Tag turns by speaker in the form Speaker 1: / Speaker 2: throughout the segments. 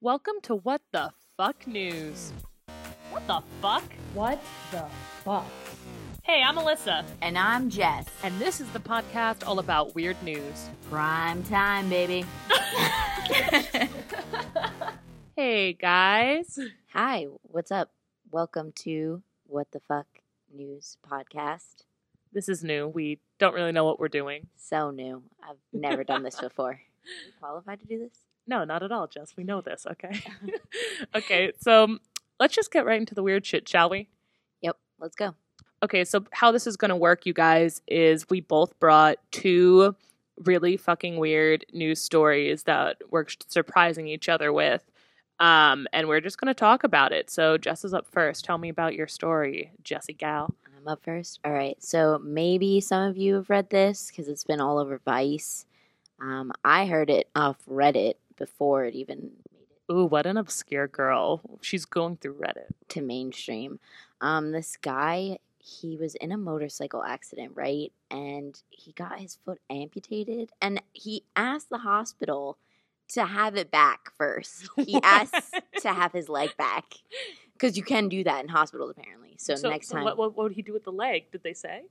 Speaker 1: Welcome to What the Fuck News. What the fuck?
Speaker 2: What the fuck?
Speaker 1: Hey, I'm Alyssa,
Speaker 3: And I'm Jess.
Speaker 1: and this is the podcast all about weird news.
Speaker 3: Prime time, baby.
Speaker 1: Hey, guys.
Speaker 3: Hi, what's up? Welcome to What the Fuck News Podcast.
Speaker 1: This is new. We don't really know what we're doing.
Speaker 3: So new. I've never done this before. You qualified to do this?
Speaker 1: No, not at all, Jess. We know this, okay? okay, so let's just get right into the weird shit, shall we?
Speaker 3: Yep, let's go.
Speaker 1: Okay, so how this is going to work, you guys, is we both brought two really fucking weird news stories that we're surprising each other with. Um, and we're just going to talk about it. So Jess is up first. Tell me about your story, Jessie Gal.
Speaker 3: I'm up first. All right, so maybe some of you have read this because it's been all over Vice. Um, I heard it off Reddit before it even made it
Speaker 1: Ooh, what an obscure girl. She's going through Reddit.
Speaker 3: to mainstream. Um, this guy, he was in a motorcycle accident, right? And he got his foot amputated, and he asked the hospital to have it back first. He asked to have his leg back because you can do that in hospitals apparently. So, next time,
Speaker 1: What, what, what would he do with the leg? Did they say?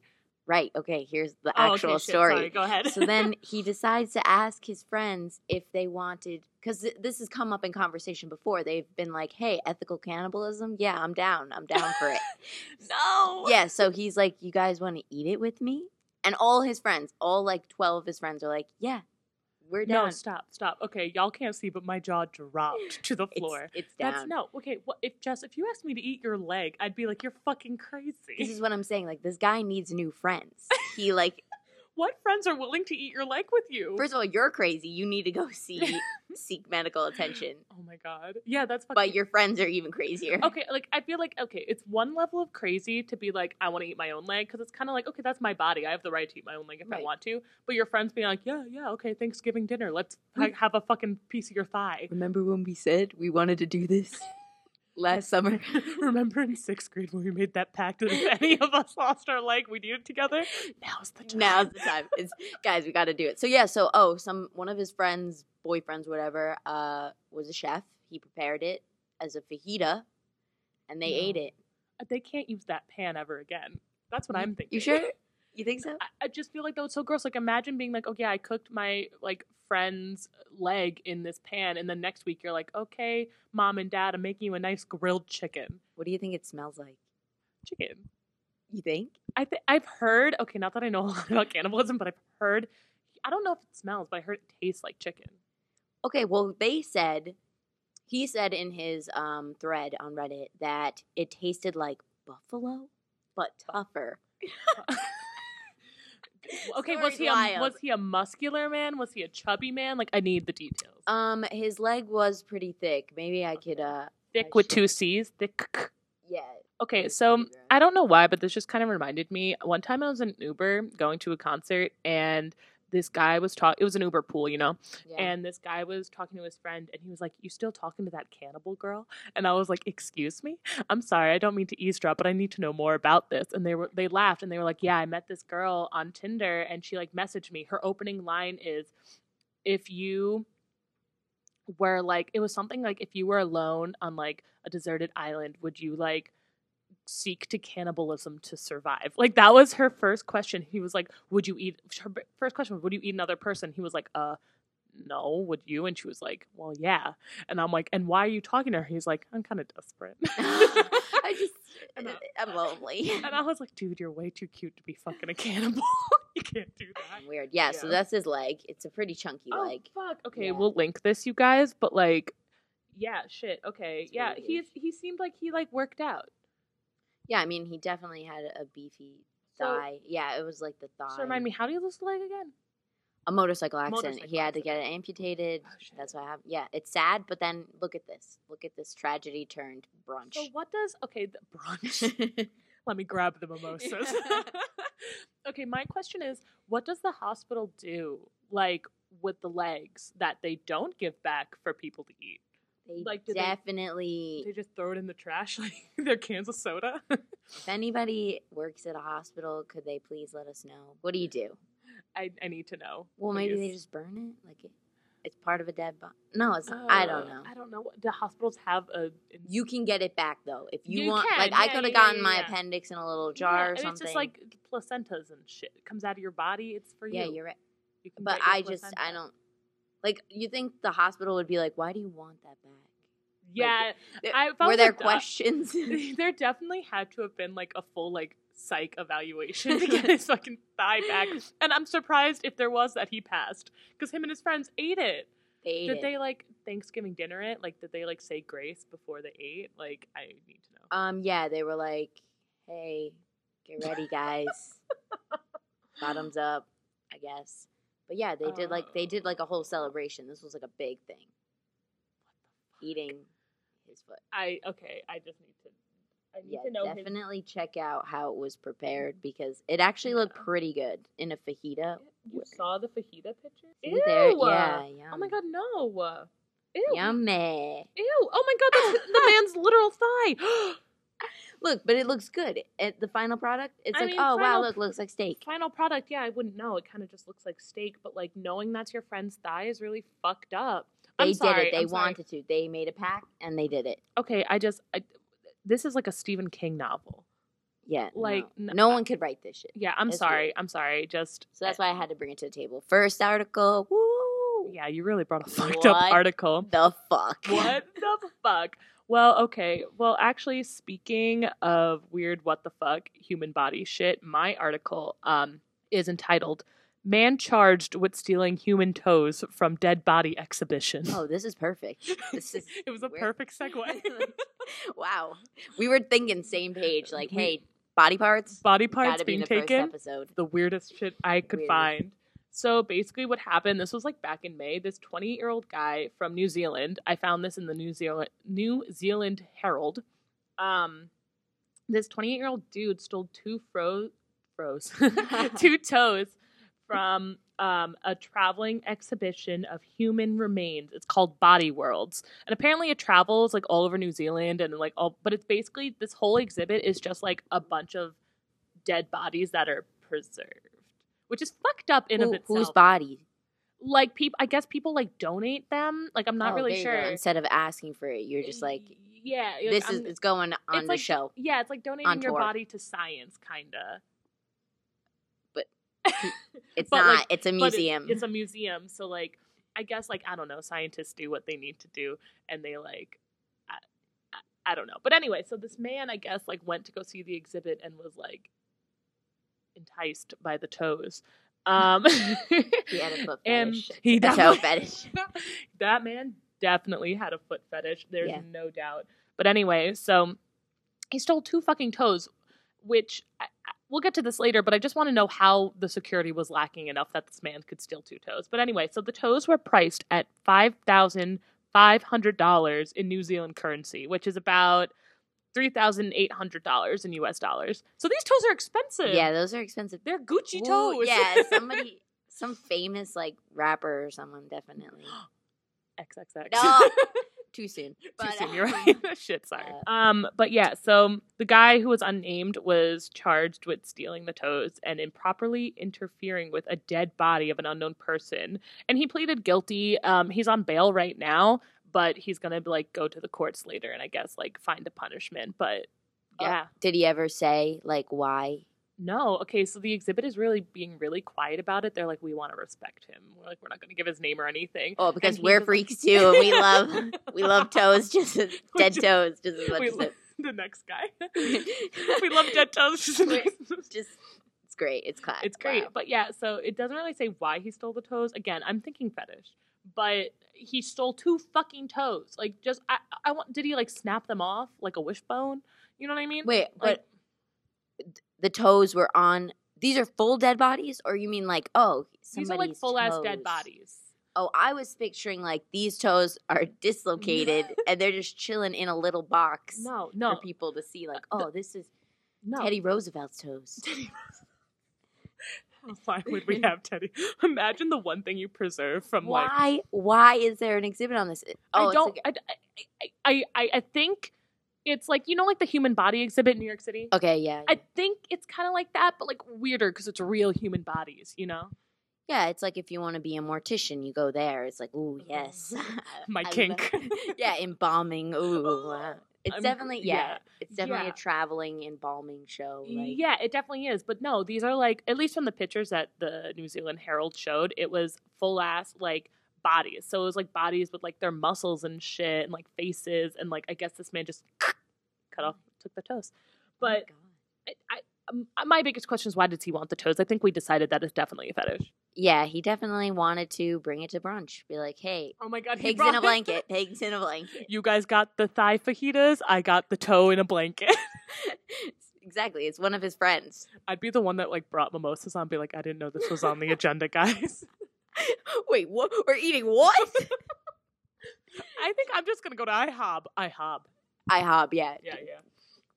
Speaker 3: right? Okay, here's the
Speaker 1: Oh, okay,
Speaker 3: actual
Speaker 1: shit,
Speaker 3: story.
Speaker 1: sorry, go ahead.
Speaker 3: so then he decides to ask his friends if they wanted because this has come up in conversation before they've been like hey ethical cannibalism yeah i'm down i'm down for it
Speaker 1: no.
Speaker 3: yeah, so he's like, You guys want to eat it with me? And all his friends, all like 12 of his friends are like, Yeah, we're
Speaker 1: No,
Speaker 3: down.
Speaker 1: stop, stop. Okay, y'all can't see, but my jaw dropped to the
Speaker 3: it's,
Speaker 1: floor.
Speaker 3: it's down.
Speaker 1: That's no okay. What if Jess? If you asked me to eat your leg, I'd be like, "You're fucking
Speaker 3: This
Speaker 1: crazy."
Speaker 3: is what I'm saying. Like, this guy needs new friends. He, like,
Speaker 1: What friends are willing to eat your leg with you?
Speaker 3: first of all, you're crazy. You need to go see, seek medical attention.
Speaker 1: oh my god. Yeah, that's fucking.
Speaker 3: But your friends are even crazier.
Speaker 1: okay, like I feel like okay, it's one level of crazy to be like, I want to eat my own leg because it's kind of like okay, that's my body. I have the right to eat my own leg if I
Speaker 3: Right.
Speaker 1: want to. But your friends being like, yeah, yeah, okay, Thanksgiving dinner, let's ha- have a fucking piece of your thigh.
Speaker 3: Remember when we said we wanted to do this last summer?
Speaker 1: Remember in sixth grade when we made that pact that if any of us lost our leg, we'd eat it together? Now's the time.
Speaker 3: Now's the time. It's guys, we got to do it. So yeah, so oh, some one of his friends, boyfriends, whatever, uh, was a chef. He prepared it as a fajita, and they
Speaker 1: No.
Speaker 3: ate it.
Speaker 1: They can't use that pan ever again. That's what I'm thinking.
Speaker 3: You sure? You think so?
Speaker 1: I, I just feel like that was so gross. Like, imagine being like, "Oh yeah, I cooked my like friend's leg in this pan," and then next week you're like, "Okay, mom and dad, I'm making you a nice grilled chicken."
Speaker 3: What do you think it smells like?
Speaker 1: Chicken.
Speaker 3: You think?
Speaker 1: I th- I've heard. Okay, not that I know a lot about cannibalism, but I've heard. I don't know if it smells, but I heard it tastes like chicken.
Speaker 3: Okay, well, they said he said in his um, thread on Reddit that it tasted like buffalo, but tougher.
Speaker 1: Okay, was
Speaker 3: Story's
Speaker 1: he a,
Speaker 3: wild.
Speaker 1: was he a muscular man? Was he a chubby man? Like, I need the details.
Speaker 3: Um, his leg was pretty thick. Maybe I could uh,
Speaker 1: Thick with
Speaker 3: should-
Speaker 1: two C's. Thick.
Speaker 3: yeah.
Speaker 1: Okay,
Speaker 3: It's
Speaker 1: so
Speaker 3: pretty gross.
Speaker 1: I don't know why, but this just kind of reminded me. One time I was in Uber going to a concert, and this guy was talking. It was an Uber pool, you know,
Speaker 3: yeah.
Speaker 1: and this guy was talking to his friend, and he was like, "You still talking to that cannibal girl?" And I was like, "Excuse me, I'm sorry, I don't mean to eavesdrop, but I need to know more about this." And they were they laughed, and they were like, "Yeah, I met this girl on Tinder, and she like messaged me. Her opening line is, if you." were like it was something like if you were alone on like a deserted island would you like seek to cannibalism to survive? Like that was her first question. He was like, "Would you eat?" Her b- first question was, "Would you eat another person?" He was like, "Uh, no. Would you?" And she was like, "Well, yeah." And I'm like, "And why are you talking to her?" He's like, "I'm kind of desperate."
Speaker 3: I just,
Speaker 1: I know.
Speaker 3: I'm lonely.
Speaker 1: and I was like, "Dude, you're way too cute to be fucking a cannibal. you can't do that."
Speaker 3: Weird. Yeah, so
Speaker 1: Yeah.
Speaker 3: that's his leg. It's a pretty chunky leg.
Speaker 1: oh fuck. Okay,
Speaker 3: yeah.
Speaker 1: we'll link this, you guys. But like, yeah, shit. Okay,
Speaker 3: It's
Speaker 1: yeah.
Speaker 3: really
Speaker 1: He's
Speaker 3: weird.
Speaker 1: he seemed like he like worked out.
Speaker 3: Yeah, I mean, he definitely had a beefy
Speaker 1: So-
Speaker 3: thigh. yeah, it was like the thigh.
Speaker 1: So remind me, how do you lose the leg again?
Speaker 3: A motorcycle accident.
Speaker 1: Motorcycle
Speaker 3: he had to get it
Speaker 1: accident.
Speaker 3: amputated.
Speaker 1: Oh, shit.
Speaker 3: that's what happened. Yeah, it's sad, but then look at this. Look at this tragedy turned brunch.
Speaker 1: So what does okay the brunch? Let me grab the mimosas. okay, my question is, what does the hospital do like with the legs that they don't give back for people to eat?
Speaker 3: they
Speaker 1: Like, do they-
Speaker 3: definitely.
Speaker 1: They just throw it in the trash like their cans of soda.
Speaker 3: if anybody works at a hospital, could they please let us know? What do you do?
Speaker 1: I, I need to know.
Speaker 3: Well, maybe they
Speaker 1: please.
Speaker 3: just burn it. Like, it, It's part of a dead body. No, it's I don't
Speaker 1: Uh,
Speaker 3: know.
Speaker 1: I don't know. what- Do hospitals have a?
Speaker 3: You can get it back though if you,
Speaker 1: You
Speaker 3: want.
Speaker 1: can,
Speaker 3: Like I
Speaker 1: yeah,
Speaker 3: could have
Speaker 1: yeah, yeah,
Speaker 3: gotten my
Speaker 1: yeah.
Speaker 3: appendix in a little
Speaker 1: Yeah,
Speaker 3: jar
Speaker 1: and
Speaker 3: or something.
Speaker 1: It's just like placentas and shit. It comes out of your body. It's for
Speaker 3: yeah,
Speaker 1: you.
Speaker 3: you're right.
Speaker 1: You can
Speaker 3: But
Speaker 1: get your
Speaker 3: I just I
Speaker 1: placenta.
Speaker 3: don't like. You think the hospital would be like, why do you want that back?
Speaker 1: Yeah,
Speaker 3: Th-
Speaker 1: I felt
Speaker 3: Were there
Speaker 1: like uh, that.
Speaker 3: questions?
Speaker 1: there definitely had to have been like a full like psych evaluation to get his fucking thigh back. And I'm surprised if there was that he passed because him and his friends ate it.
Speaker 3: they ate
Speaker 1: did
Speaker 3: it.
Speaker 1: they like Thanksgiving dinner it? Like, did they like say grace before they ate? Like, I need to know.
Speaker 3: Um, yeah, they were like, "Hey, get ready, guys. Bottoms up, I guess." But yeah, they did like they
Speaker 1: Oh.
Speaker 3: did like a whole celebration. This was like a big thing, eating his foot.
Speaker 1: I okay. I just need to. I need
Speaker 3: Yeah,
Speaker 1: to know his- Mm-hmm.
Speaker 3: definitely check out how it was prepared because it actually looked
Speaker 1: Yeah.
Speaker 3: pretty good in a fajita.
Speaker 1: You saw the fajita picture?
Speaker 3: See there- yeah, yum.
Speaker 1: Oh my god, no. Ew.
Speaker 3: yummy.
Speaker 1: Ew. Oh my god, that's the man's literal thigh.
Speaker 3: Look, but it looks good. At the final product, it's
Speaker 1: I
Speaker 3: like,
Speaker 1: mean,
Speaker 3: oh wow,
Speaker 1: final
Speaker 3: look, looks like steak.
Speaker 1: Final product, yeah, I wouldn't know. It kind of just looks like steak, but like knowing that's your friend's thigh is really fucked up.
Speaker 3: They
Speaker 1: I'm
Speaker 3: did
Speaker 1: sorry,
Speaker 3: it. They
Speaker 1: I'm sorry.
Speaker 3: wanted to. They made a pack and they did it.
Speaker 1: Okay, I just. I, this is like a Stephen King novel.
Speaker 3: Yeah,
Speaker 1: Like,
Speaker 3: no,
Speaker 1: n- uh
Speaker 3: no one could write this shit.
Speaker 1: Yeah, I'm
Speaker 3: It's
Speaker 1: sorry.
Speaker 3: weird.
Speaker 1: I'm sorry. Just.
Speaker 3: So that's why I had to bring it to the table. First article. Woo!
Speaker 1: Yeah, you really brought a fucked
Speaker 3: What?
Speaker 1: up article.
Speaker 3: The fuck.
Speaker 1: What the fuck? Well, okay. Well, actually, speaking of weird what the fuck human body shit, my article um is entitled Man Charged with Stealing Human Toes from Dead Body Exhibition.
Speaker 3: Oh, this is perfect. This is
Speaker 1: it was a
Speaker 3: weird.
Speaker 1: perfect segue.
Speaker 3: wow. We were thinking same page. Like,
Speaker 1: Uh, We-
Speaker 3: hey, body parts.
Speaker 1: Body parts
Speaker 3: gotta be in
Speaker 1: being
Speaker 3: the
Speaker 1: taken.
Speaker 3: first episode.
Speaker 1: the weirdest shit I could
Speaker 3: Weirdest.
Speaker 1: find. So basically, what happened? This was like back in May. This 20 year old guy from New Zealand. I found this in the New Zealand New Zealand Herald. Um, this 28 year old dude stole two fro froze two toes from um, a traveling exhibition of human remains. It's called Body Worlds, and apparently it travels like all over New Zealand and like all. But it's basically this whole exhibit is just like a bunch of dead bodies that are preserved, which is fucked up in of
Speaker 3: Who-
Speaker 1: itself.
Speaker 3: whose body?
Speaker 1: like people, I guess people like donate them. Like I'm not
Speaker 3: Oh,
Speaker 1: really
Speaker 3: there you go.
Speaker 1: sure.
Speaker 3: Instead of asking for it, you're just like,
Speaker 1: yeah, like,
Speaker 3: this
Speaker 1: I'm-
Speaker 3: is it's going on
Speaker 1: it's
Speaker 3: the
Speaker 1: like-
Speaker 3: show.
Speaker 1: yeah, it's like
Speaker 3: on
Speaker 1: donating your
Speaker 3: tour.
Speaker 1: body to science, kinda.
Speaker 3: But- It's
Speaker 1: but,
Speaker 3: not.
Speaker 1: like,
Speaker 3: it's a
Speaker 1: but it-
Speaker 3: museum.
Speaker 1: it's a museum, so like, I guess like I don't know. Scientists do what they need to do, and they like, I, I, I don't know. But anyway, so this man, I guess, like went to go see the exhibit and was like enticed by the toes. Um,
Speaker 3: he had a foot
Speaker 1: and
Speaker 3: fetish.
Speaker 1: he
Speaker 3: A toe
Speaker 1: definitely-
Speaker 3: fetish.
Speaker 1: that man definitely had a foot fetish. There's
Speaker 3: Yeah.
Speaker 1: no doubt. But anyway, so he stole two fucking toes, which I, I- we'll get to this later. But I just want to know how the security was lacking enough that this man could steal two toes. But anyway, so the toes were priced at five thousand five hundred dollars in New Zealand currency, which is about three thousand eight hundred dollars in U.S. dollars. So these toes are expensive.
Speaker 3: Yeah, those are expensive.
Speaker 1: they're Gucci
Speaker 3: Ooh,
Speaker 1: toes.
Speaker 3: Yeah, somebody, some famous like rapper or someone, definitely.
Speaker 1: XXX.
Speaker 3: No, Too soon.
Speaker 1: Too
Speaker 3: But,
Speaker 1: soon, you're
Speaker 3: um,
Speaker 1: right. Shit, sorry. Um, but yeah, so the guy who was unnamed was charged with stealing the toes and improperly interfering with a dead body of an unknown person, and he pleaded guilty. Um, he's on bail right now, but he's gonna like go to the courts later and I guess like find a punishment. But
Speaker 3: Oh.
Speaker 1: yeah,
Speaker 3: Did he ever say like why?
Speaker 1: no, okay. So the exhibit is really being really quiet about it. They're like, we want to respect him. We're like, we're not gonna give his name or anything.
Speaker 3: Oh, because
Speaker 1: he
Speaker 3: we're
Speaker 1: just-
Speaker 3: freaks too, and we love we love toes just as
Speaker 1: We
Speaker 3: dead
Speaker 1: just-
Speaker 3: toes just as much
Speaker 1: we
Speaker 3: as
Speaker 1: love
Speaker 3: it.
Speaker 1: the next guy. we love dead toes.
Speaker 3: Just it's great. It's class.
Speaker 1: It's great.
Speaker 3: Wow.
Speaker 1: uh, But yeah, so it doesn't really say why he stole the toes. Again, I'm thinking fetish. But he stole two fucking toes. Like just I I want did he like snap them off like a wishbone? You know what I mean?
Speaker 3: Wait, but the toes were on. These are full dead bodies, or you mean like oh
Speaker 1: These
Speaker 3: somebody's
Speaker 1: are like full ass dead
Speaker 3: toes.
Speaker 1: bodies.
Speaker 3: Oh, I was picturing like these toes are dislocated and they're just chilling in a little box
Speaker 1: No,
Speaker 3: for
Speaker 1: no,
Speaker 3: people to see. Like
Speaker 1: Uh,
Speaker 3: oh, this is
Speaker 1: no.
Speaker 3: Teddy Roosevelt's toes.
Speaker 1: Why would we have Teddy? Imagine the one thing you preserve from like
Speaker 3: why? Why is there an exhibit on this?
Speaker 1: I
Speaker 3: Oh, it's
Speaker 1: don't.
Speaker 3: like-
Speaker 1: I, I, I, I think it's like you know, like the human body exhibit in New York City.
Speaker 3: okay, yeah,
Speaker 1: I think it's kind of like that, but like weirder because it's real human bodies. You know?
Speaker 3: Yeah, it's like if you want to be a mortician, you go there. It's like, ooh,
Speaker 1: Mhm.
Speaker 3: yes.
Speaker 1: My
Speaker 3: I love-
Speaker 1: kink.
Speaker 3: yeah, embalming. Ooh. wow. It's
Speaker 1: I'm-
Speaker 3: definitely yeah,
Speaker 1: yeah,
Speaker 3: It's definitely
Speaker 1: yeah.
Speaker 3: a traveling embalming
Speaker 1: Oh,
Speaker 3: show. Like,
Speaker 1: yeah, it definitely is. But no, these are like at least from the pictures that the New Zealand Herald showed, it was full ass like bodies. So it was like bodies with like their muscles and shit and like faces and like I guess this man just cut off took the toes.
Speaker 3: oh my
Speaker 1: But
Speaker 3: God.
Speaker 1: I, I um, my biggest question is why does he want the toes? I think we decided that is definitely a fetish.
Speaker 3: yeah, he definitely wanted to bring it to brunch. Be like, hey,
Speaker 1: Oh my god,
Speaker 3: pigs in a blanket, pigs in a blanket.
Speaker 1: You guys got the thigh fajitas. I got the toe in a blanket.
Speaker 3: exactly, it's one of his friends.
Speaker 1: I'd be the one that like brought mimosas on. Be like, I didn't know this was on the agenda, guys.
Speaker 3: Wait, what? We're eating what?
Speaker 1: I think I'm just gonna go to IHOB. IHOB.
Speaker 3: IHOP. Yeah,
Speaker 1: Yeah, yeah.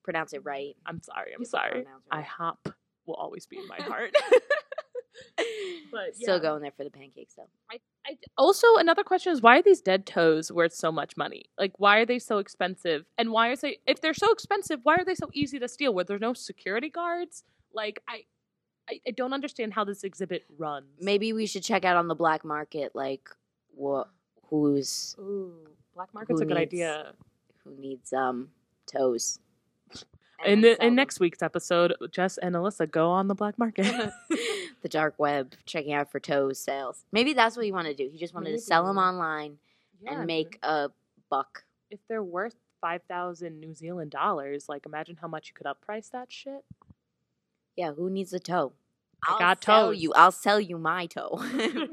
Speaker 3: pronounce it right.
Speaker 1: I'm sorry. I'm
Speaker 3: You can
Speaker 1: sorry.
Speaker 3: pronounce it right.
Speaker 1: IHOP will always be in my heart. but
Speaker 3: Still
Speaker 1: yeah.
Speaker 3: going there for the pancakes though.
Speaker 1: I, also, another question is why are these dead toes worth so much money? Like, why are they so expensive? And why is they if they're so expensive? Why are they so easy to steal? Where there's no security guards? Like, I, I, I don't understand how this exhibit runs.
Speaker 3: Maybe we should check out on the black market, like what who's
Speaker 1: Ooh, black market's
Speaker 3: Who
Speaker 1: a good
Speaker 3: needs-
Speaker 1: idea.
Speaker 3: who needs um toes.
Speaker 1: In
Speaker 3: And
Speaker 1: the,
Speaker 3: sell
Speaker 1: in
Speaker 3: them.
Speaker 1: next week's episode, Jess and Alyssa go on the black market.
Speaker 3: the dark web, checking out for toes sales. Maybe that's what he wanted to do. He just wanted to sell them
Speaker 1: Maybe.
Speaker 3: online and make a buck.
Speaker 1: if they're worth five thousand New Zealand dollars, like imagine how much you could upprice that shit.
Speaker 3: Yeah, who needs a toe?
Speaker 1: I
Speaker 3: I'll
Speaker 1: got
Speaker 3: sell
Speaker 1: toes.
Speaker 3: You, I'll sell you my toe.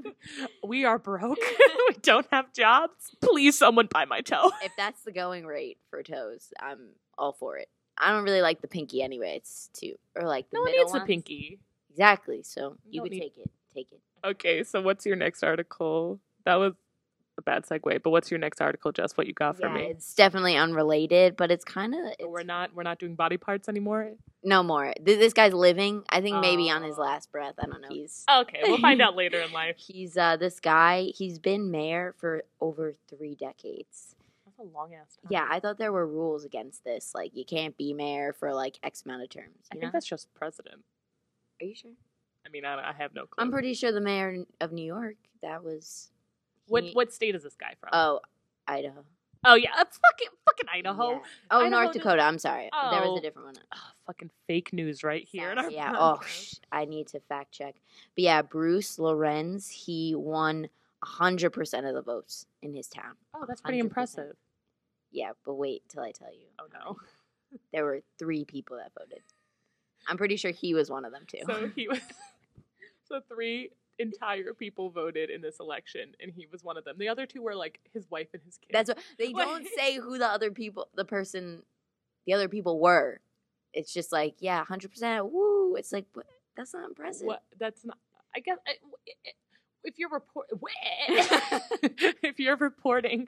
Speaker 1: we are broke. we don't have jobs. Please, someone buy my toe.
Speaker 3: if that's the going rate for toes, I'm all for it. I don't really like the pinky anyway. It's too or like the
Speaker 1: No one
Speaker 3: middle
Speaker 1: needs the
Speaker 3: ones.
Speaker 1: pinky.
Speaker 3: Exactly. So
Speaker 1: You
Speaker 3: you
Speaker 1: don't
Speaker 3: could
Speaker 1: need-
Speaker 3: take it. Take it.
Speaker 1: Okay, so what's your next article? That was a bad segue, but what's your next article, Jess? What you got for
Speaker 3: yeah,
Speaker 1: me?
Speaker 3: it's definitely unrelated, but it's kind of
Speaker 1: We're not we're not doing body parts anymore.
Speaker 3: no more. Th- This guy's living. I think maybe on his
Speaker 1: Oh.
Speaker 3: last breath. I don't know. He's
Speaker 1: Okay, we'll find out later in life.
Speaker 3: He's uh, this guy. He's been mayor for over three decades.
Speaker 1: That's a long ass time.
Speaker 3: Yeah, I thought there were rules against this. Like you can't be mayor for like X amount of terms.
Speaker 1: I
Speaker 3: You know?
Speaker 1: think that's just president.
Speaker 3: Are you sure?
Speaker 1: I mean, I, don't- I have no clue.
Speaker 3: I'm pretty sure the mayor of New York. That was
Speaker 1: What
Speaker 3: he-
Speaker 1: what state is this guy from?
Speaker 3: Oh, Idaho.
Speaker 1: oh yeah, uh, fucking fucking Idaho.
Speaker 3: Yeah. Oh,
Speaker 1: Idaho
Speaker 3: North
Speaker 1: does-
Speaker 3: Dakota. I'm sorry. There was
Speaker 1: Oh.
Speaker 3: a different one.
Speaker 1: Ugh, fucking fake news right here. in our
Speaker 3: yeah. Oh,
Speaker 1: podcast.
Speaker 3: sh- I need to fact check. But yeah, Bruce Lorenz. He won hundred percent of the votes in his town.
Speaker 1: oh, that's pretty
Speaker 3: 100%.
Speaker 1: impressive.
Speaker 3: Yeah, but wait till I tell you.
Speaker 1: Oh no.
Speaker 3: There were three people that voted. I'm pretty sure he was one of them too.
Speaker 1: So he was. So three entire people voted in this election, and he was one of them. The other two were like his wife and his kids.
Speaker 3: That's what they
Speaker 1: Wait.
Speaker 3: don't say who the other people, the person, the other people were. It's just like yeah, hundred percent. Woo! It's like what? that's not impressive.
Speaker 1: what. That's not. I guess. I, if you're report, if you're reporting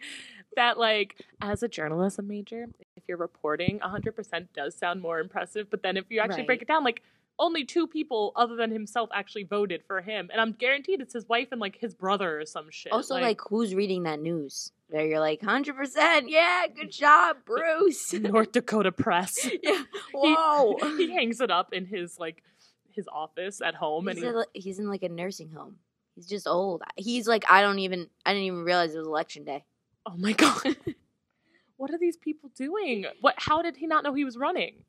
Speaker 1: that, like as a journalism major, if you're reporting, 100 percent does sound more impressive. But then if you actually break
Speaker 3: Right.
Speaker 1: it down, like only two people other than himself actually voted for him, and I'm guaranteed it's his wife and like his brother or some shit.
Speaker 3: Also, like, who's reading that news? There, you're like hundred percent. Yeah, good job, Bruce.
Speaker 1: North Dakota Press.
Speaker 3: yeah. Whoa.
Speaker 1: he hangs it up in his like his office at home and
Speaker 3: he's,
Speaker 1: he,
Speaker 3: in, he's in like a nursing home. He's just old. He's like I don't even. I didn't even realize it was election day.
Speaker 1: oh my god what are these people doing what how did he not know he was running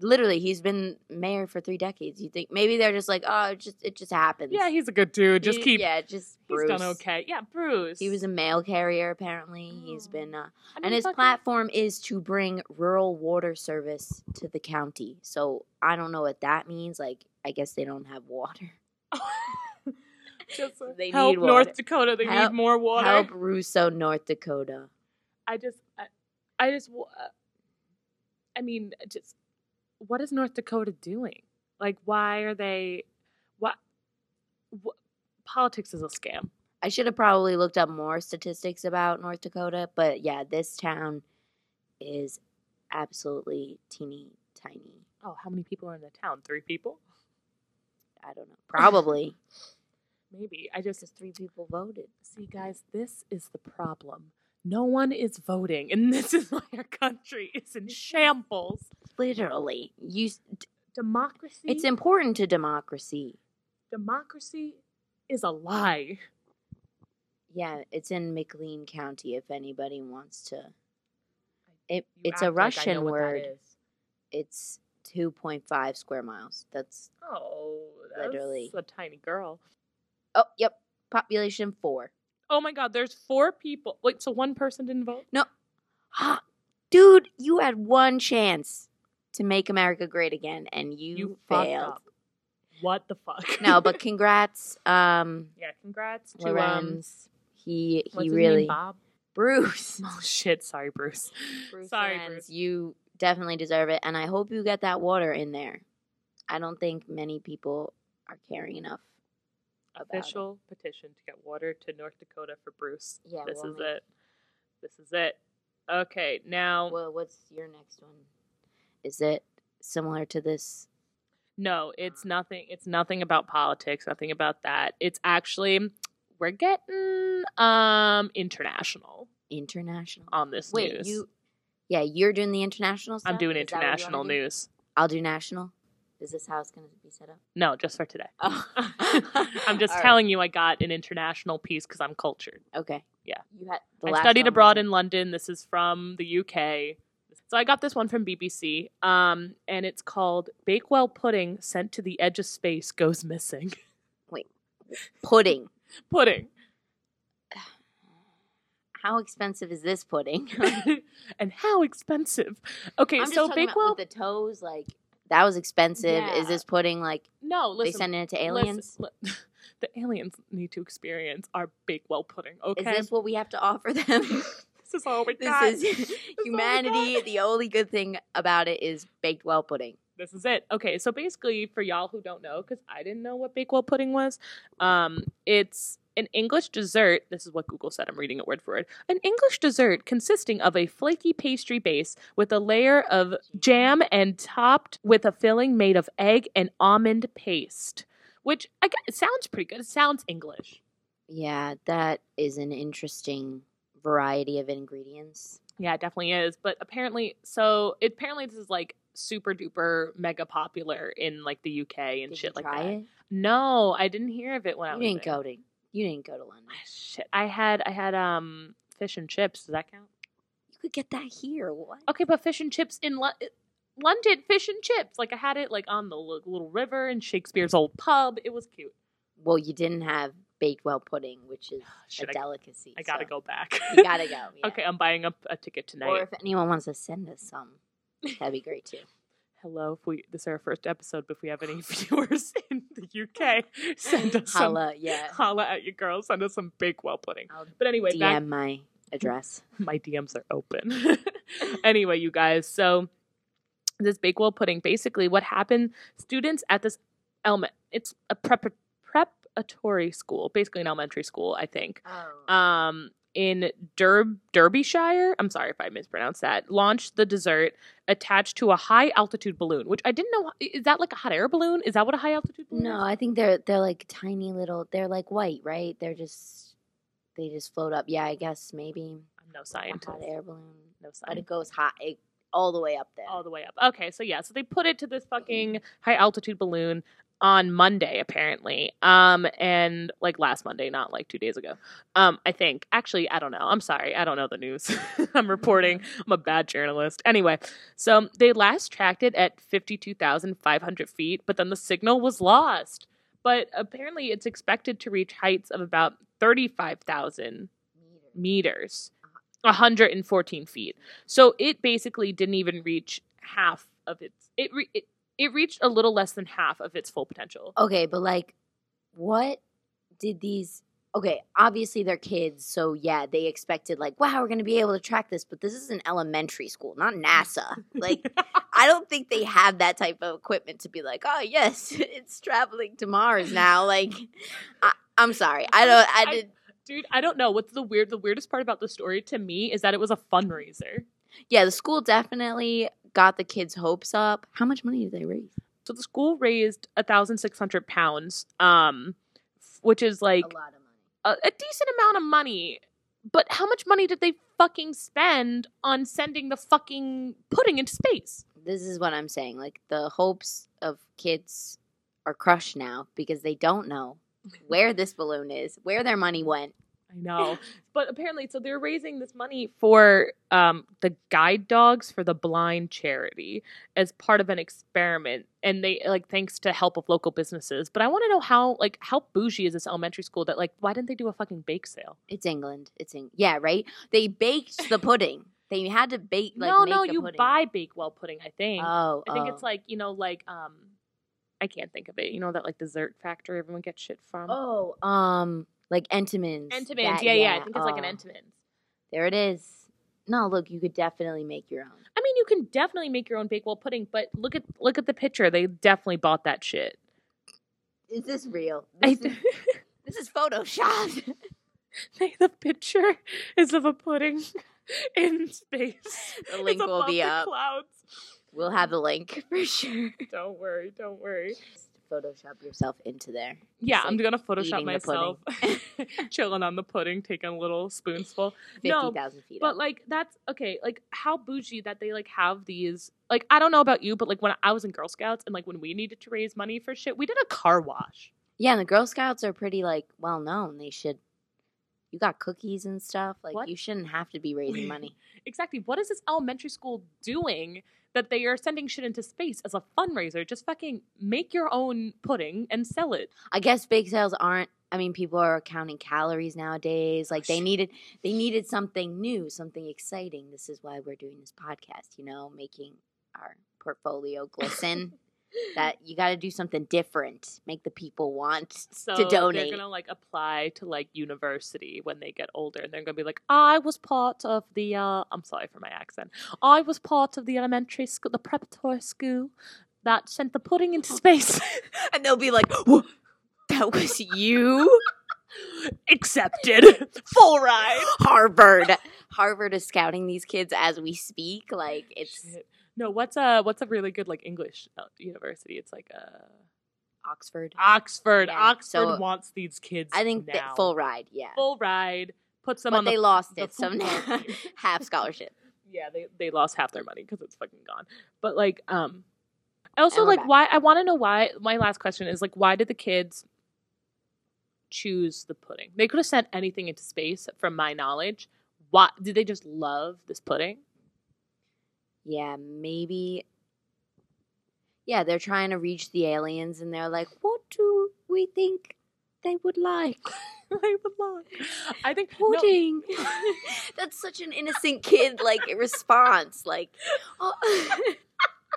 Speaker 3: Literally, he's been mayor for three decades. You think maybe they're just like, oh, it just it just happens.
Speaker 1: yeah he's a good dude just
Speaker 3: You-
Speaker 1: keep
Speaker 3: Yeah, just
Speaker 1: he's
Speaker 3: Bruce.
Speaker 1: done okay yeah bruce
Speaker 3: He was a mail carrier. Apparently, he's
Speaker 1: Oh.
Speaker 3: been, uh,
Speaker 1: I mean,
Speaker 3: and his
Speaker 1: fucking-
Speaker 3: platform is to bring rural water service to the county. So I don't know what that means. Like, I guess they don't have water.
Speaker 1: Just uh,
Speaker 3: They
Speaker 1: help
Speaker 3: need water.
Speaker 1: north dakota they
Speaker 3: Help-
Speaker 1: need more water
Speaker 3: Help Russo, North Dakota.
Speaker 1: i just i, I just w- uh, i mean just what is north dakota doing like why are they what, what politics is a scam
Speaker 3: I should have probably looked up more statistics about North Dakota, but yeah, this town is absolutely teeny tiny.
Speaker 1: Oh, how many people are in the town? Three people?
Speaker 3: I don't know. Probably
Speaker 1: Maybe. I just
Speaker 3: because three people voted.
Speaker 1: see, guys, this is the problem. No one is voting, and this is why our country is in shambles.
Speaker 3: Literally, you.
Speaker 1: Democracy.
Speaker 3: It's important to democracy.
Speaker 1: democracy is a lie.
Speaker 3: Yeah, it's in McLean County if anybody wants to. It
Speaker 1: You
Speaker 3: it's
Speaker 1: act like I
Speaker 3: a
Speaker 1: know
Speaker 3: Russian
Speaker 1: what that
Speaker 3: word.
Speaker 1: is.
Speaker 3: It's 2.5 square miles. That's
Speaker 1: Oh, that's
Speaker 3: Literally.
Speaker 1: a tiny girl.
Speaker 3: Oh, yep. Population 4.
Speaker 1: Oh my God, there's four people. Wait, so one person didn't vote?
Speaker 3: Ha! Dude, you had one chance to make America great again and you,
Speaker 1: You fucked
Speaker 3: failed.
Speaker 1: up. What the fuck?
Speaker 3: no, but congrats um
Speaker 1: yeah, congrats to um,
Speaker 3: Lorenz. he
Speaker 1: what's
Speaker 3: he
Speaker 1: his
Speaker 3: really
Speaker 1: name, Bob.
Speaker 3: Bruce.
Speaker 1: Oh shit, sorry, Bruce.
Speaker 3: Bruce
Speaker 1: Sorry,
Speaker 3: Lorenz,
Speaker 1: Bruce.
Speaker 3: you definitely deserve it, and I hope you get that water in there. I don't think many people are caring enough. about it.
Speaker 1: Official petition to get water to North Dakota for Bruce.
Speaker 3: Yeah,
Speaker 1: this
Speaker 3: we'll
Speaker 1: is
Speaker 3: make-
Speaker 1: it. This is it. Okay, now
Speaker 3: Well, what's your next one? Is it similar to this? uh,
Speaker 1: no, it's nothing. It's nothing about politics. Nothing about that. It's actually we're getting um international
Speaker 3: international.
Speaker 1: on this
Speaker 3: Wait,
Speaker 1: news.
Speaker 3: you? Yeah, you're doing the international. Stuff?
Speaker 1: I'm doing
Speaker 3: Is that what you wanna
Speaker 1: international
Speaker 3: do?
Speaker 1: news.
Speaker 3: I'll do national. Is this how it's going to be set up?
Speaker 1: No, just for today.
Speaker 3: Oh.
Speaker 1: I'm just
Speaker 3: All right.
Speaker 1: telling you, I got an international piece because I'm cultured.
Speaker 3: Okay.
Speaker 1: Yeah.
Speaker 3: You had. The
Speaker 1: I
Speaker 3: last
Speaker 1: studied
Speaker 3: one
Speaker 1: abroad
Speaker 3: wasn't-
Speaker 1: in London. This is from the UK. So I got this one from BBC, um, and it's called Bakewell Pudding Sent to the Edge of Space Goes Missing.
Speaker 3: pudding.
Speaker 1: pudding.
Speaker 3: How expensive is this pudding?
Speaker 1: and how expensive. Okay,
Speaker 3: I'm just
Speaker 1: so
Speaker 3: talking
Speaker 1: Bakewell.
Speaker 3: about with the toes, like that was expensive.
Speaker 1: Yeah.
Speaker 3: Is this pudding like
Speaker 1: no, listen.
Speaker 3: they sending it to
Speaker 1: listen,
Speaker 3: aliens?
Speaker 1: li- the aliens need to experience our Bakewell pudding, okay?
Speaker 3: Is this what we have to offer them?
Speaker 1: This is all we
Speaker 3: this
Speaker 1: got.
Speaker 3: is
Speaker 1: all we
Speaker 3: humanity.
Speaker 1: got.
Speaker 3: The only good thing about it is baked well pudding.
Speaker 1: this is it. Okay, so basically, for y'all who don't know, because I didn't know what Bakewell pudding was, um, it's an English dessert. This is what Google said. I'm reading it word for word. An English dessert consisting of a flaky pastry base with a layer of jam and topped with a filling made of egg and almond paste. Which I gu- it sounds pretty good. It sounds English.
Speaker 3: Yeah, that is an interesting variety of ingredients.
Speaker 1: Yeah, it definitely is. But apparently, so apparently, this is like super duper mega popular in like the UK and
Speaker 3: Did
Speaker 1: shit
Speaker 3: you
Speaker 1: like
Speaker 3: try
Speaker 1: that.
Speaker 3: it?
Speaker 1: No, I didn't hear of it when I
Speaker 3: You
Speaker 1: was
Speaker 3: didn't
Speaker 1: there.
Speaker 3: go to you didn't go to London.
Speaker 1: Ah, Shit, I had I had um fish and chips. Does that count?
Speaker 3: You could get that here. What?
Speaker 1: Okay, but fish and chips in Lo- London, fish and chips. Like I had it like on the l- little river in Shakespeare's old pub. It was cute.
Speaker 3: Well, you didn't have baked well pudding, which is
Speaker 1: Shit,
Speaker 3: a
Speaker 1: I,
Speaker 3: delicacy.
Speaker 1: I gotta
Speaker 3: so
Speaker 1: go back.
Speaker 3: You gotta go. yeah.
Speaker 1: Okay, I'm buying up a ticket tonight.
Speaker 3: Or if anyone wants to send us some, that'd be great too.
Speaker 1: Hello, if we this is our first episode, but if we have any viewers in the UK, send us
Speaker 3: Holla,
Speaker 1: some
Speaker 3: yeah.
Speaker 1: holla at your girl. Send us some Bakewell pudding.
Speaker 3: I'll
Speaker 1: But anyway,
Speaker 3: DM
Speaker 1: back
Speaker 3: my address.
Speaker 1: my DMs are open. anyway, you guys, so this Bakewell pudding, basically what happened, students at this element, it's a prep preparatory school, basically an elementary school, I think.
Speaker 3: Oh.
Speaker 1: Um in Derb Derbyshire, I'm sorry if I mispronounced that, launched the dessert attached to a high altitude balloon, which I didn't know is that like a hot air balloon? Is that what a high altitude balloon
Speaker 3: No,
Speaker 1: is?
Speaker 3: I think they're they're like tiny little. They're like white, right? They're just they just float up. Yeah, I guess maybe
Speaker 1: I'm no
Speaker 3: a
Speaker 1: scientist.
Speaker 3: hot air balloon,
Speaker 1: No
Speaker 3: but
Speaker 1: scientist.
Speaker 3: it goes hot it, all the way up there.
Speaker 1: all the way up. Okay, so yeah, so they put it to this fucking high altitude balloon on Monday apparently. Um and like last Monday, not like 2 days ago. Um I think. Actually, I don't know. I'm sorry. I don't know the news. I'm reporting. I'm a bad journalist. Anyway, so they last tracked it at 52,500 feet, but then the signal was lost. But apparently it's expected to reach heights of about 35,000
Speaker 3: Meter.
Speaker 1: meters,
Speaker 3: Uh-huh.
Speaker 1: 114 feet. So it basically didn't even reach half of its. It re- it, it reached a little less than half of its full potential.
Speaker 3: Okay, but like, what did these? Okay, obviously they're kids, so yeah, they expected like, wow, we're gonna be able to track this. But this is an elementary school, not NASA. Like, I don't think they have that type of equipment to be like, oh yes, it's traveling to Mars now. Like, I, I'm sorry, I don't, I
Speaker 1: I-
Speaker 3: did.
Speaker 1: dude, I don't know what's the weird. The weirdest part about the story to me is that it was a fundraiser.
Speaker 3: Yeah, the school definitely got the kids' hopes up. How much money did they raise?
Speaker 1: So the school raised a thousand six hundred pounds, um, f- which is like
Speaker 3: lot of money.
Speaker 1: a, a decent amount of money. But how much money did they fucking spend on sending the fucking pudding into space?
Speaker 3: This is what I'm saying. Like the hopes of kids are crushed now because they don't know where this balloon is, where their money went.
Speaker 1: I know. But apparently, so they're raising this money for um, the guide dogs for the blind charity as part of an experiment, and they like thanks to help of local businesses. But I want to know how like how bougie is this elementary school that like why didn't they do a fucking bake sale?
Speaker 3: It's England. It's in yeah, right. They baked the pudding. they had to bake. Like,
Speaker 1: no,
Speaker 3: make
Speaker 1: no,
Speaker 3: the
Speaker 1: you
Speaker 3: pudding.
Speaker 1: buy Bakewell pudding. I think.
Speaker 3: Oh,
Speaker 1: I think
Speaker 3: oh.
Speaker 1: it's like you know like um, I can't think of it. You know that like dessert factory everyone gets shit from.
Speaker 3: oh, um, like Entenmann's.
Speaker 1: Entenmann's,
Speaker 3: That-
Speaker 1: yeah, yeah, I think it's like an
Speaker 3: oh,
Speaker 1: Entenmann's.
Speaker 3: There it is. No, look, you could definitely make your own.
Speaker 1: I mean, you can definitely make your own Bakewell pudding, but look at look at the picture. They definitely bought that shit.
Speaker 3: Is this real?
Speaker 1: I
Speaker 3: This, is, this is Photoshop.
Speaker 1: think the picture is of a pudding in space.
Speaker 3: The link
Speaker 1: it's
Speaker 3: will
Speaker 1: above
Speaker 3: be
Speaker 1: the
Speaker 3: up.
Speaker 1: Clouds.
Speaker 3: we'll have the link for sure.
Speaker 1: Don't worry. Don't worry.
Speaker 3: Just Photoshop yourself into there.
Speaker 1: Yeah,
Speaker 3: It's
Speaker 1: I'm
Speaker 3: like
Speaker 1: gonna Photoshop
Speaker 3: eating the
Speaker 1: myself,
Speaker 3: pudding.
Speaker 1: chilling on the pudding, taking a little spoonful.
Speaker 3: Fifty
Speaker 1: No,
Speaker 3: thousand feet.
Speaker 1: But
Speaker 3: up.
Speaker 1: like that's okay. Like how bougie that they like have these. Like I don't know about you, but like when I was in Girl Scouts and like when we needed to raise money for shit, we did a car wash.
Speaker 3: yeah, and the Girl Scouts are pretty like well known. They should. You got cookies and stuff. Like
Speaker 1: What?
Speaker 3: you shouldn't have to be raising money.
Speaker 1: Exactly. What is this elementary school doing that they are sending shit into space as a fundraiser? Just fucking make your own pudding and sell it.
Speaker 3: I guess bake sales aren't. I mean, people are counting calories nowadays. Like they
Speaker 1: Sure.
Speaker 3: needed, they needed something new, something exciting. This is why we're doing this podcast. You know, making our portfolio glisten. that you got to do something different. Make the people want.
Speaker 1: so
Speaker 3: donate.
Speaker 1: They're gonna like apply to like university when they get older, and they're gonna be like, "I was part of the. Uh, I'm sorry for my accent. I was part of the elementary school, the preparatory school that sent the pudding into space."
Speaker 3: And they'll be like, "Wha- "That was you."
Speaker 1: Accepted, full ride.
Speaker 3: Harvard. Harvard is scouting these kids as we speak. Like it's
Speaker 1: Shit. No, what's a what's a really good like English uh, university? It's like uh,
Speaker 3: Oxford.
Speaker 1: Oxford.
Speaker 3: Yeah,
Speaker 1: Oxford
Speaker 3: so-
Speaker 1: wants these kids.
Speaker 3: I think
Speaker 1: now.
Speaker 3: that full ride. Yeah,
Speaker 1: full ride puts them
Speaker 3: but
Speaker 1: on the
Speaker 3: they lost
Speaker 1: the
Speaker 3: it. So
Speaker 1: football
Speaker 3: now
Speaker 1: team.
Speaker 3: half scholarship.
Speaker 1: yeah they, they lost half their money because it's fucking gone but like um i also
Speaker 3: And we're
Speaker 1: like
Speaker 3: back.
Speaker 1: why i want to know why my last question is like why did the kids choose the pudding they could have sent anything into space from my knowledge why did they just love this pudding
Speaker 3: Yeah, maybe. Yeah, they're trying to reach the aliens, and they're like, "What do we think they would like?
Speaker 1: I would love. I think no,
Speaker 3: Pudding." That's such an innocent kid like response. Like, oh.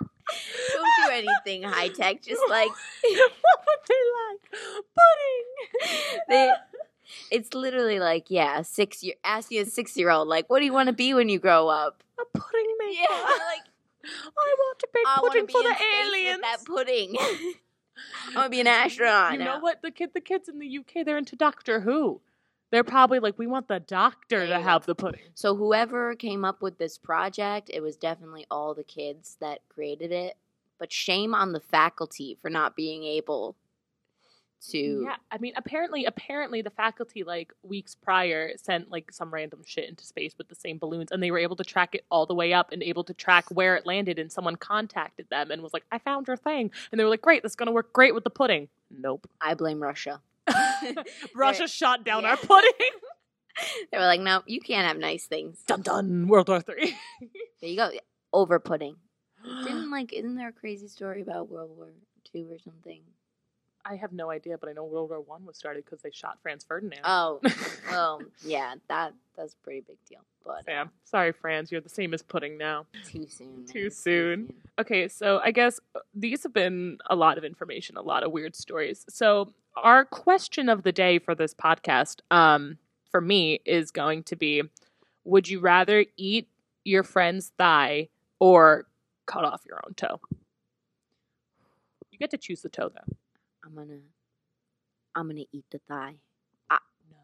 Speaker 3: don't do anything high tech. Just like
Speaker 1: what would they like? Pudding.
Speaker 3: they, it's literally like, yeah, a six year asking a six year old, like, what do you want to be when you grow up?
Speaker 1: a pudding maker.
Speaker 3: Yeah, like
Speaker 1: I want to bake
Speaker 3: I want to
Speaker 1: pudding
Speaker 3: be
Speaker 1: for
Speaker 3: in
Speaker 1: the
Speaker 3: space
Speaker 1: aliens.
Speaker 3: with that pudding. I want to be an astronaut.
Speaker 1: You
Speaker 3: now.
Speaker 1: know what? The kid, the kids in the UK, they're into Doctor Who. They're probably like, we want the doctor
Speaker 3: There
Speaker 1: to
Speaker 3: you
Speaker 1: have the pudding.
Speaker 3: So whoever came up with this project, it was definitely all the kids that created it. But shame on the faculty for not being able to.
Speaker 1: Yeah, I mean, apparently, apparently, the faculty like weeks prior sent like some random shit into space with the same balloons, and they were able to track it all the way up and able to track where it landed. And someone contacted them and was like, "I found your thing," and they were like, "Great, that's gonna work great with the pudding." Nope,
Speaker 3: I blame Russia.
Speaker 1: Russia
Speaker 3: They're-
Speaker 1: shot down
Speaker 3: yeah.
Speaker 1: our pudding.
Speaker 3: They were like, no, you can't have nice things.
Speaker 1: dun dun, World War Three.
Speaker 3: There you go. Over pudding. Didn't like, isn't there a crazy story about World War Two or something?
Speaker 1: I have no idea, but I know World War One was started because they shot Franz Ferdinand.
Speaker 3: Oh, well, yeah, that that's a pretty big deal. But
Speaker 1: Sam, sorry, Franz, you're the same as pudding now.
Speaker 3: too soon. man,
Speaker 1: Too soon. Okay, so I guess uh, these have been a lot of information, a lot of weird stories. So our question of the day for this podcast, um, for me, is going to be: Would you rather eat your friend's thigh or cut off your own toe? You get to choose the toe, though.
Speaker 3: I'm gonna, I'm gonna eat the thigh.
Speaker 1: No,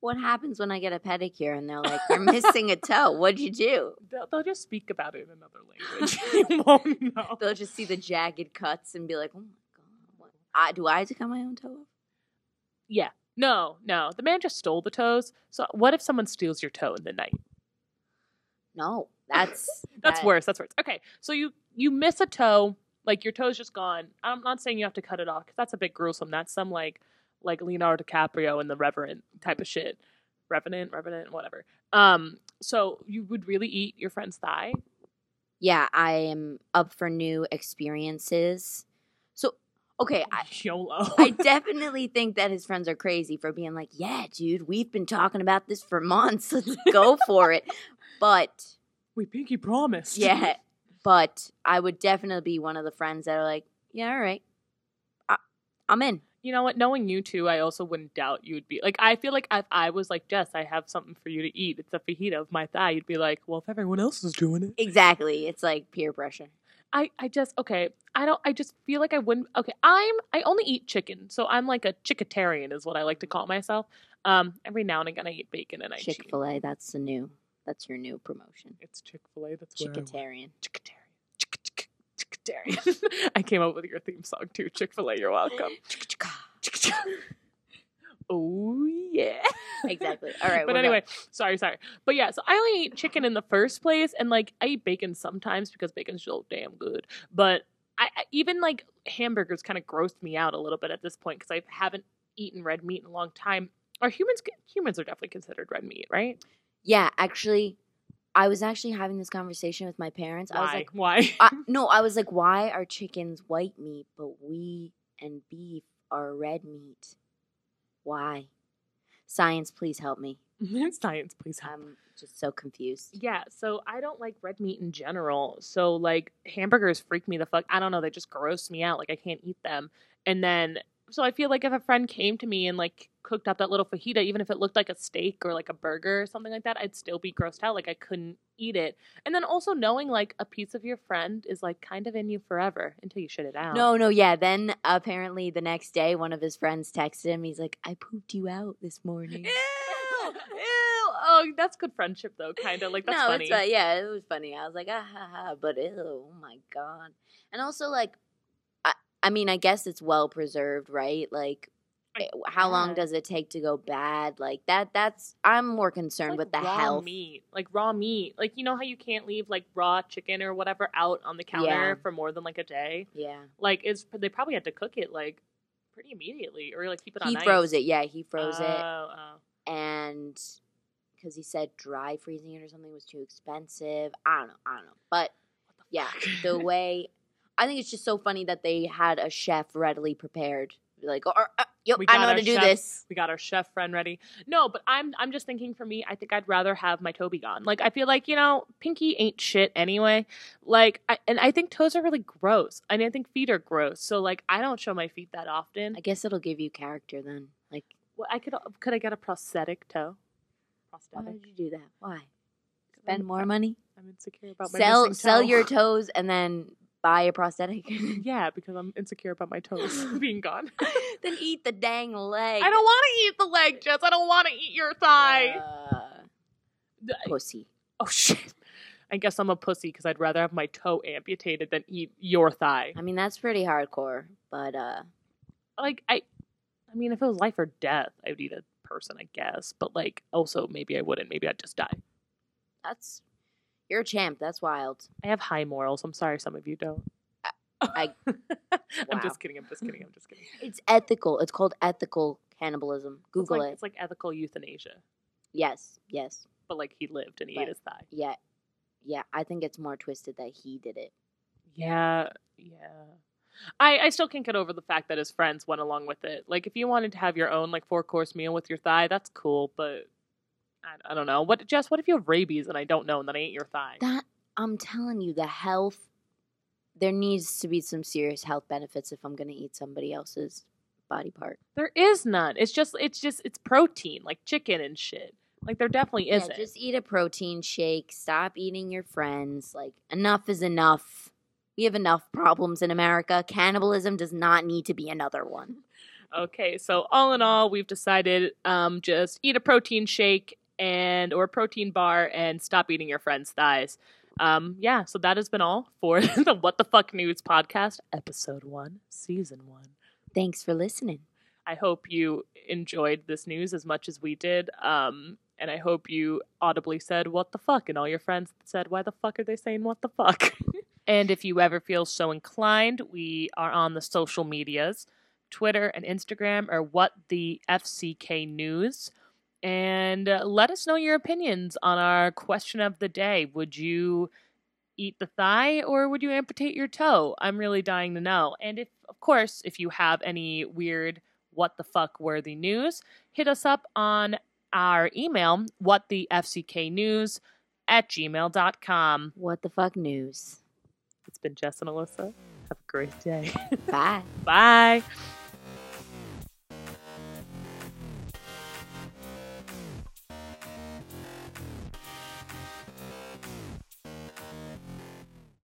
Speaker 3: What happens when I get a pedicure and they're like, "You're missing a toe. What'd you do?"
Speaker 1: they'll, they'll just speak about it in another language. you won't know.
Speaker 3: They'll just see the jagged cuts and be like, "Oh my god, what? I, do I have to cut my own toe?" off?"
Speaker 1: Yeah. No, no. The man just stole the toes. So what if someone steals your toe in the night?
Speaker 3: No, that's
Speaker 1: That's
Speaker 3: that-
Speaker 1: worse. That's worse. Okay. So you you miss a toe Like your toe's just gone. I'm not saying you have to cut it off because that's a bit gruesome. That's some like like Leonardo DiCaprio and the Reverend type of shit. Revenant, Revenant, whatever. Um, so you would really eat your friend's thigh?
Speaker 3: Yeah, I am up for new experiences. So, okay, I,
Speaker 1: YOLO.
Speaker 3: I definitely think that his friends are crazy for being like, yeah, dude, we've been talking about this for months. Let's go for it. But
Speaker 1: we pinky promised.
Speaker 3: yeah, but I would definitely be one of the friends that are like, yeah, all right, I, I'm in.
Speaker 1: You know what? Knowing you too, I also wouldn't doubt you would be like. I feel like if I was like Jess, I have something for you to eat. It's a fajita of my thigh. You'd be like, well, if everyone else is doing it,
Speaker 3: Exactly. It's like peer pressure.
Speaker 1: I, I just okay. I don't. I just feel like I wouldn't. Okay, I'm. I only eat chicken, so I'm like a chickatarian, is what I like to call myself. Um, every now and again, I eat bacon and I
Speaker 3: Chick
Speaker 1: cheat.
Speaker 3: fil A, that's the new, that's your new promotion.
Speaker 1: It's Chick Fil A. That's where I went.
Speaker 3: Chickatarian.
Speaker 1: Chickatarian. Chick- chick- Chickatarian. I came up with your theme song too. Chick Fil A. You're welcome. oh yeah.
Speaker 3: exactly. All right.
Speaker 1: but
Speaker 3: we're
Speaker 1: anyway, sorry, sorry. But yeah, so I only eat chicken in the first place, and like I eat bacon sometimes because bacon's so damn good. But I, I even like hamburgers kind of grossed me out a little bit at this point because I haven't eaten red meat in a long time. Are humans humans are definitely considered red meat, right?
Speaker 3: Yeah, actually, I was actually having this conversation with my parents. I was
Speaker 1: Why?
Speaker 3: like,
Speaker 1: Why?
Speaker 3: I, no, I was like, why are chickens white meat, but we and beef are red meat? Why? Science, please help me.
Speaker 1: Science, please help.
Speaker 3: I'm just so confused.
Speaker 1: Yeah, so I don't like red meat in general. So like hamburgers freak me the fuck. I don't know, they just gross me out. Like I can't eat them. And then so I feel like if a friend came to me and like cooked up that little fajita, even if it looked like a steak or like a burger or something like that, I'd still be grossed out. Like I couldn't eat it. And then also knowing like a piece of your friend is like kind of in you forever until you shit it out.
Speaker 3: No, no, yeah. Then apparently the next day, one of his friends texted him. He's like, I pooped you out this morning.
Speaker 1: Ew! Ew! Oh, that's good friendship though, kinda. Like that's
Speaker 3: no,
Speaker 1: funny.
Speaker 3: it's fine. yeah, it was funny. I was like, ah ha ha, but ew, oh my god. And also, like, I, I mean, I guess it's well preserved, right? Like, eh,
Speaker 1: I
Speaker 3: how long
Speaker 1: guess.
Speaker 3: does it take to go bad? Like that. That's I'm more concerned
Speaker 1: like
Speaker 3: with the
Speaker 1: raw
Speaker 3: health.
Speaker 1: meat, like raw meat. Like you know how you can't leave like raw chicken or whatever out on the counter
Speaker 3: Yeah.
Speaker 1: for more than like a day.
Speaker 3: Yeah,
Speaker 1: Like it's they probably had to cook it like pretty immediately or like keep it on.
Speaker 3: he
Speaker 1: ice.
Speaker 3: froze it. Yeah, he froze
Speaker 1: Oh, oh.
Speaker 3: it, and because he said dry freezing it or something was too expensive. I don't know. I don't know,
Speaker 1: What
Speaker 3: but.
Speaker 1: the
Speaker 3: Yeah,
Speaker 1: fuck?
Speaker 3: the way I think it's just so funny that they had a chef readily prepared. Like, or, uh, yep,
Speaker 1: We
Speaker 3: I
Speaker 1: got
Speaker 3: know how
Speaker 1: our
Speaker 3: to do
Speaker 1: chef.
Speaker 3: this.
Speaker 1: we got our chef friend ready. No, but I'm I'm just thinking for me, I think I'd rather have my toe be gone. Like I feel like, you know, pinky ain't shit anyway. Like I, and I think toes are really gross. And I think feet are gross. So like I don't show my feet that often.
Speaker 3: I guess it'll give you character then. Like,
Speaker 1: Well, I could could I get a prosthetic toe?
Speaker 3: why
Speaker 1: Prosthetic.
Speaker 3: did you do that? Why spend more money?
Speaker 1: I'm insecure about my
Speaker 3: Sell
Speaker 1: missing
Speaker 3: sell
Speaker 1: toe.
Speaker 3: your toes and then buy a prosthetic.
Speaker 1: yeah, because I'm insecure about my toes being gone.
Speaker 3: then eat the dang leg.
Speaker 1: I don't want to eat the leg, Jess. I don't want to eat your thigh.
Speaker 3: Uh,
Speaker 1: D-
Speaker 3: pussy.
Speaker 1: oh shit. I guess I'm a pussy because I'd rather have my toe amputated than eat your thigh.
Speaker 3: I mean, that's pretty hardcore, but uh,
Speaker 1: Like I, I mean, if it was life or death, I would eat a person, I guess. But like, also maybe I wouldn't. Maybe I'd just die.
Speaker 3: that's you're a champ. That's wild.
Speaker 1: I have high morals. I'm sorry, some of you don't.
Speaker 3: I-
Speaker 1: I'm
Speaker 3: Wow.
Speaker 1: just kidding. I'm just kidding. I'm just kidding.
Speaker 3: It's ethical. It's called ethical cannibalism. Google
Speaker 1: it's like,
Speaker 3: it.
Speaker 1: It's like ethical euthanasia,
Speaker 3: Yes, yes.
Speaker 1: but like he lived and he
Speaker 3: Right.
Speaker 1: ate his thigh.
Speaker 3: Yeah. Yeah, I think it's more twisted that he did it.
Speaker 1: Yeah, yeah. I I still can't get over the fact that his friends went along with it. Like, if you wanted to have your own like four course meal with your thigh, that's cool. But I, I don't know. What Jess? What if you have rabies and I don't know and then I ate your thigh?
Speaker 3: That I'm telling you, the health there needs to be some serious health benefits if I'm going to eat somebody else's body part.
Speaker 1: there is none. It's just it's just it's protein like chicken and shit. Like there definitely isn't.
Speaker 3: yeah, just eat a protein shake. Stop eating your friends. Like enough is enough. We have enough problems in America. Cannibalism does not need to be another one.
Speaker 1: Okay, so all in all, we've decided um, just eat a protein shake and or a protein bar and stop eating your friend's thighs. Um, yeah, so that has been all for the What the Fuck News podcast, episode one, season one.
Speaker 3: Thanks for listening.
Speaker 1: I hope you enjoyed this news as much as we did. Um, and I hope you audibly said, What the fuck? And all your friends said, Why the fuck are they saying what the fuck? And if you ever feel so inclined, we are on the social medias Twitter and Instagram are what the FCK news. And uh, let us know your opinions on our question of the day. Would you eat the thigh or would you amputate your toe? I'm really dying to know. And if, of course, if you have any weird what the fuck worthy news, hit us up on our email, what the FCK news at gmail.com.
Speaker 3: What the fuck news?
Speaker 1: It's been Jess and Alyssa. Have a great day.
Speaker 3: Bye.
Speaker 1: Bye.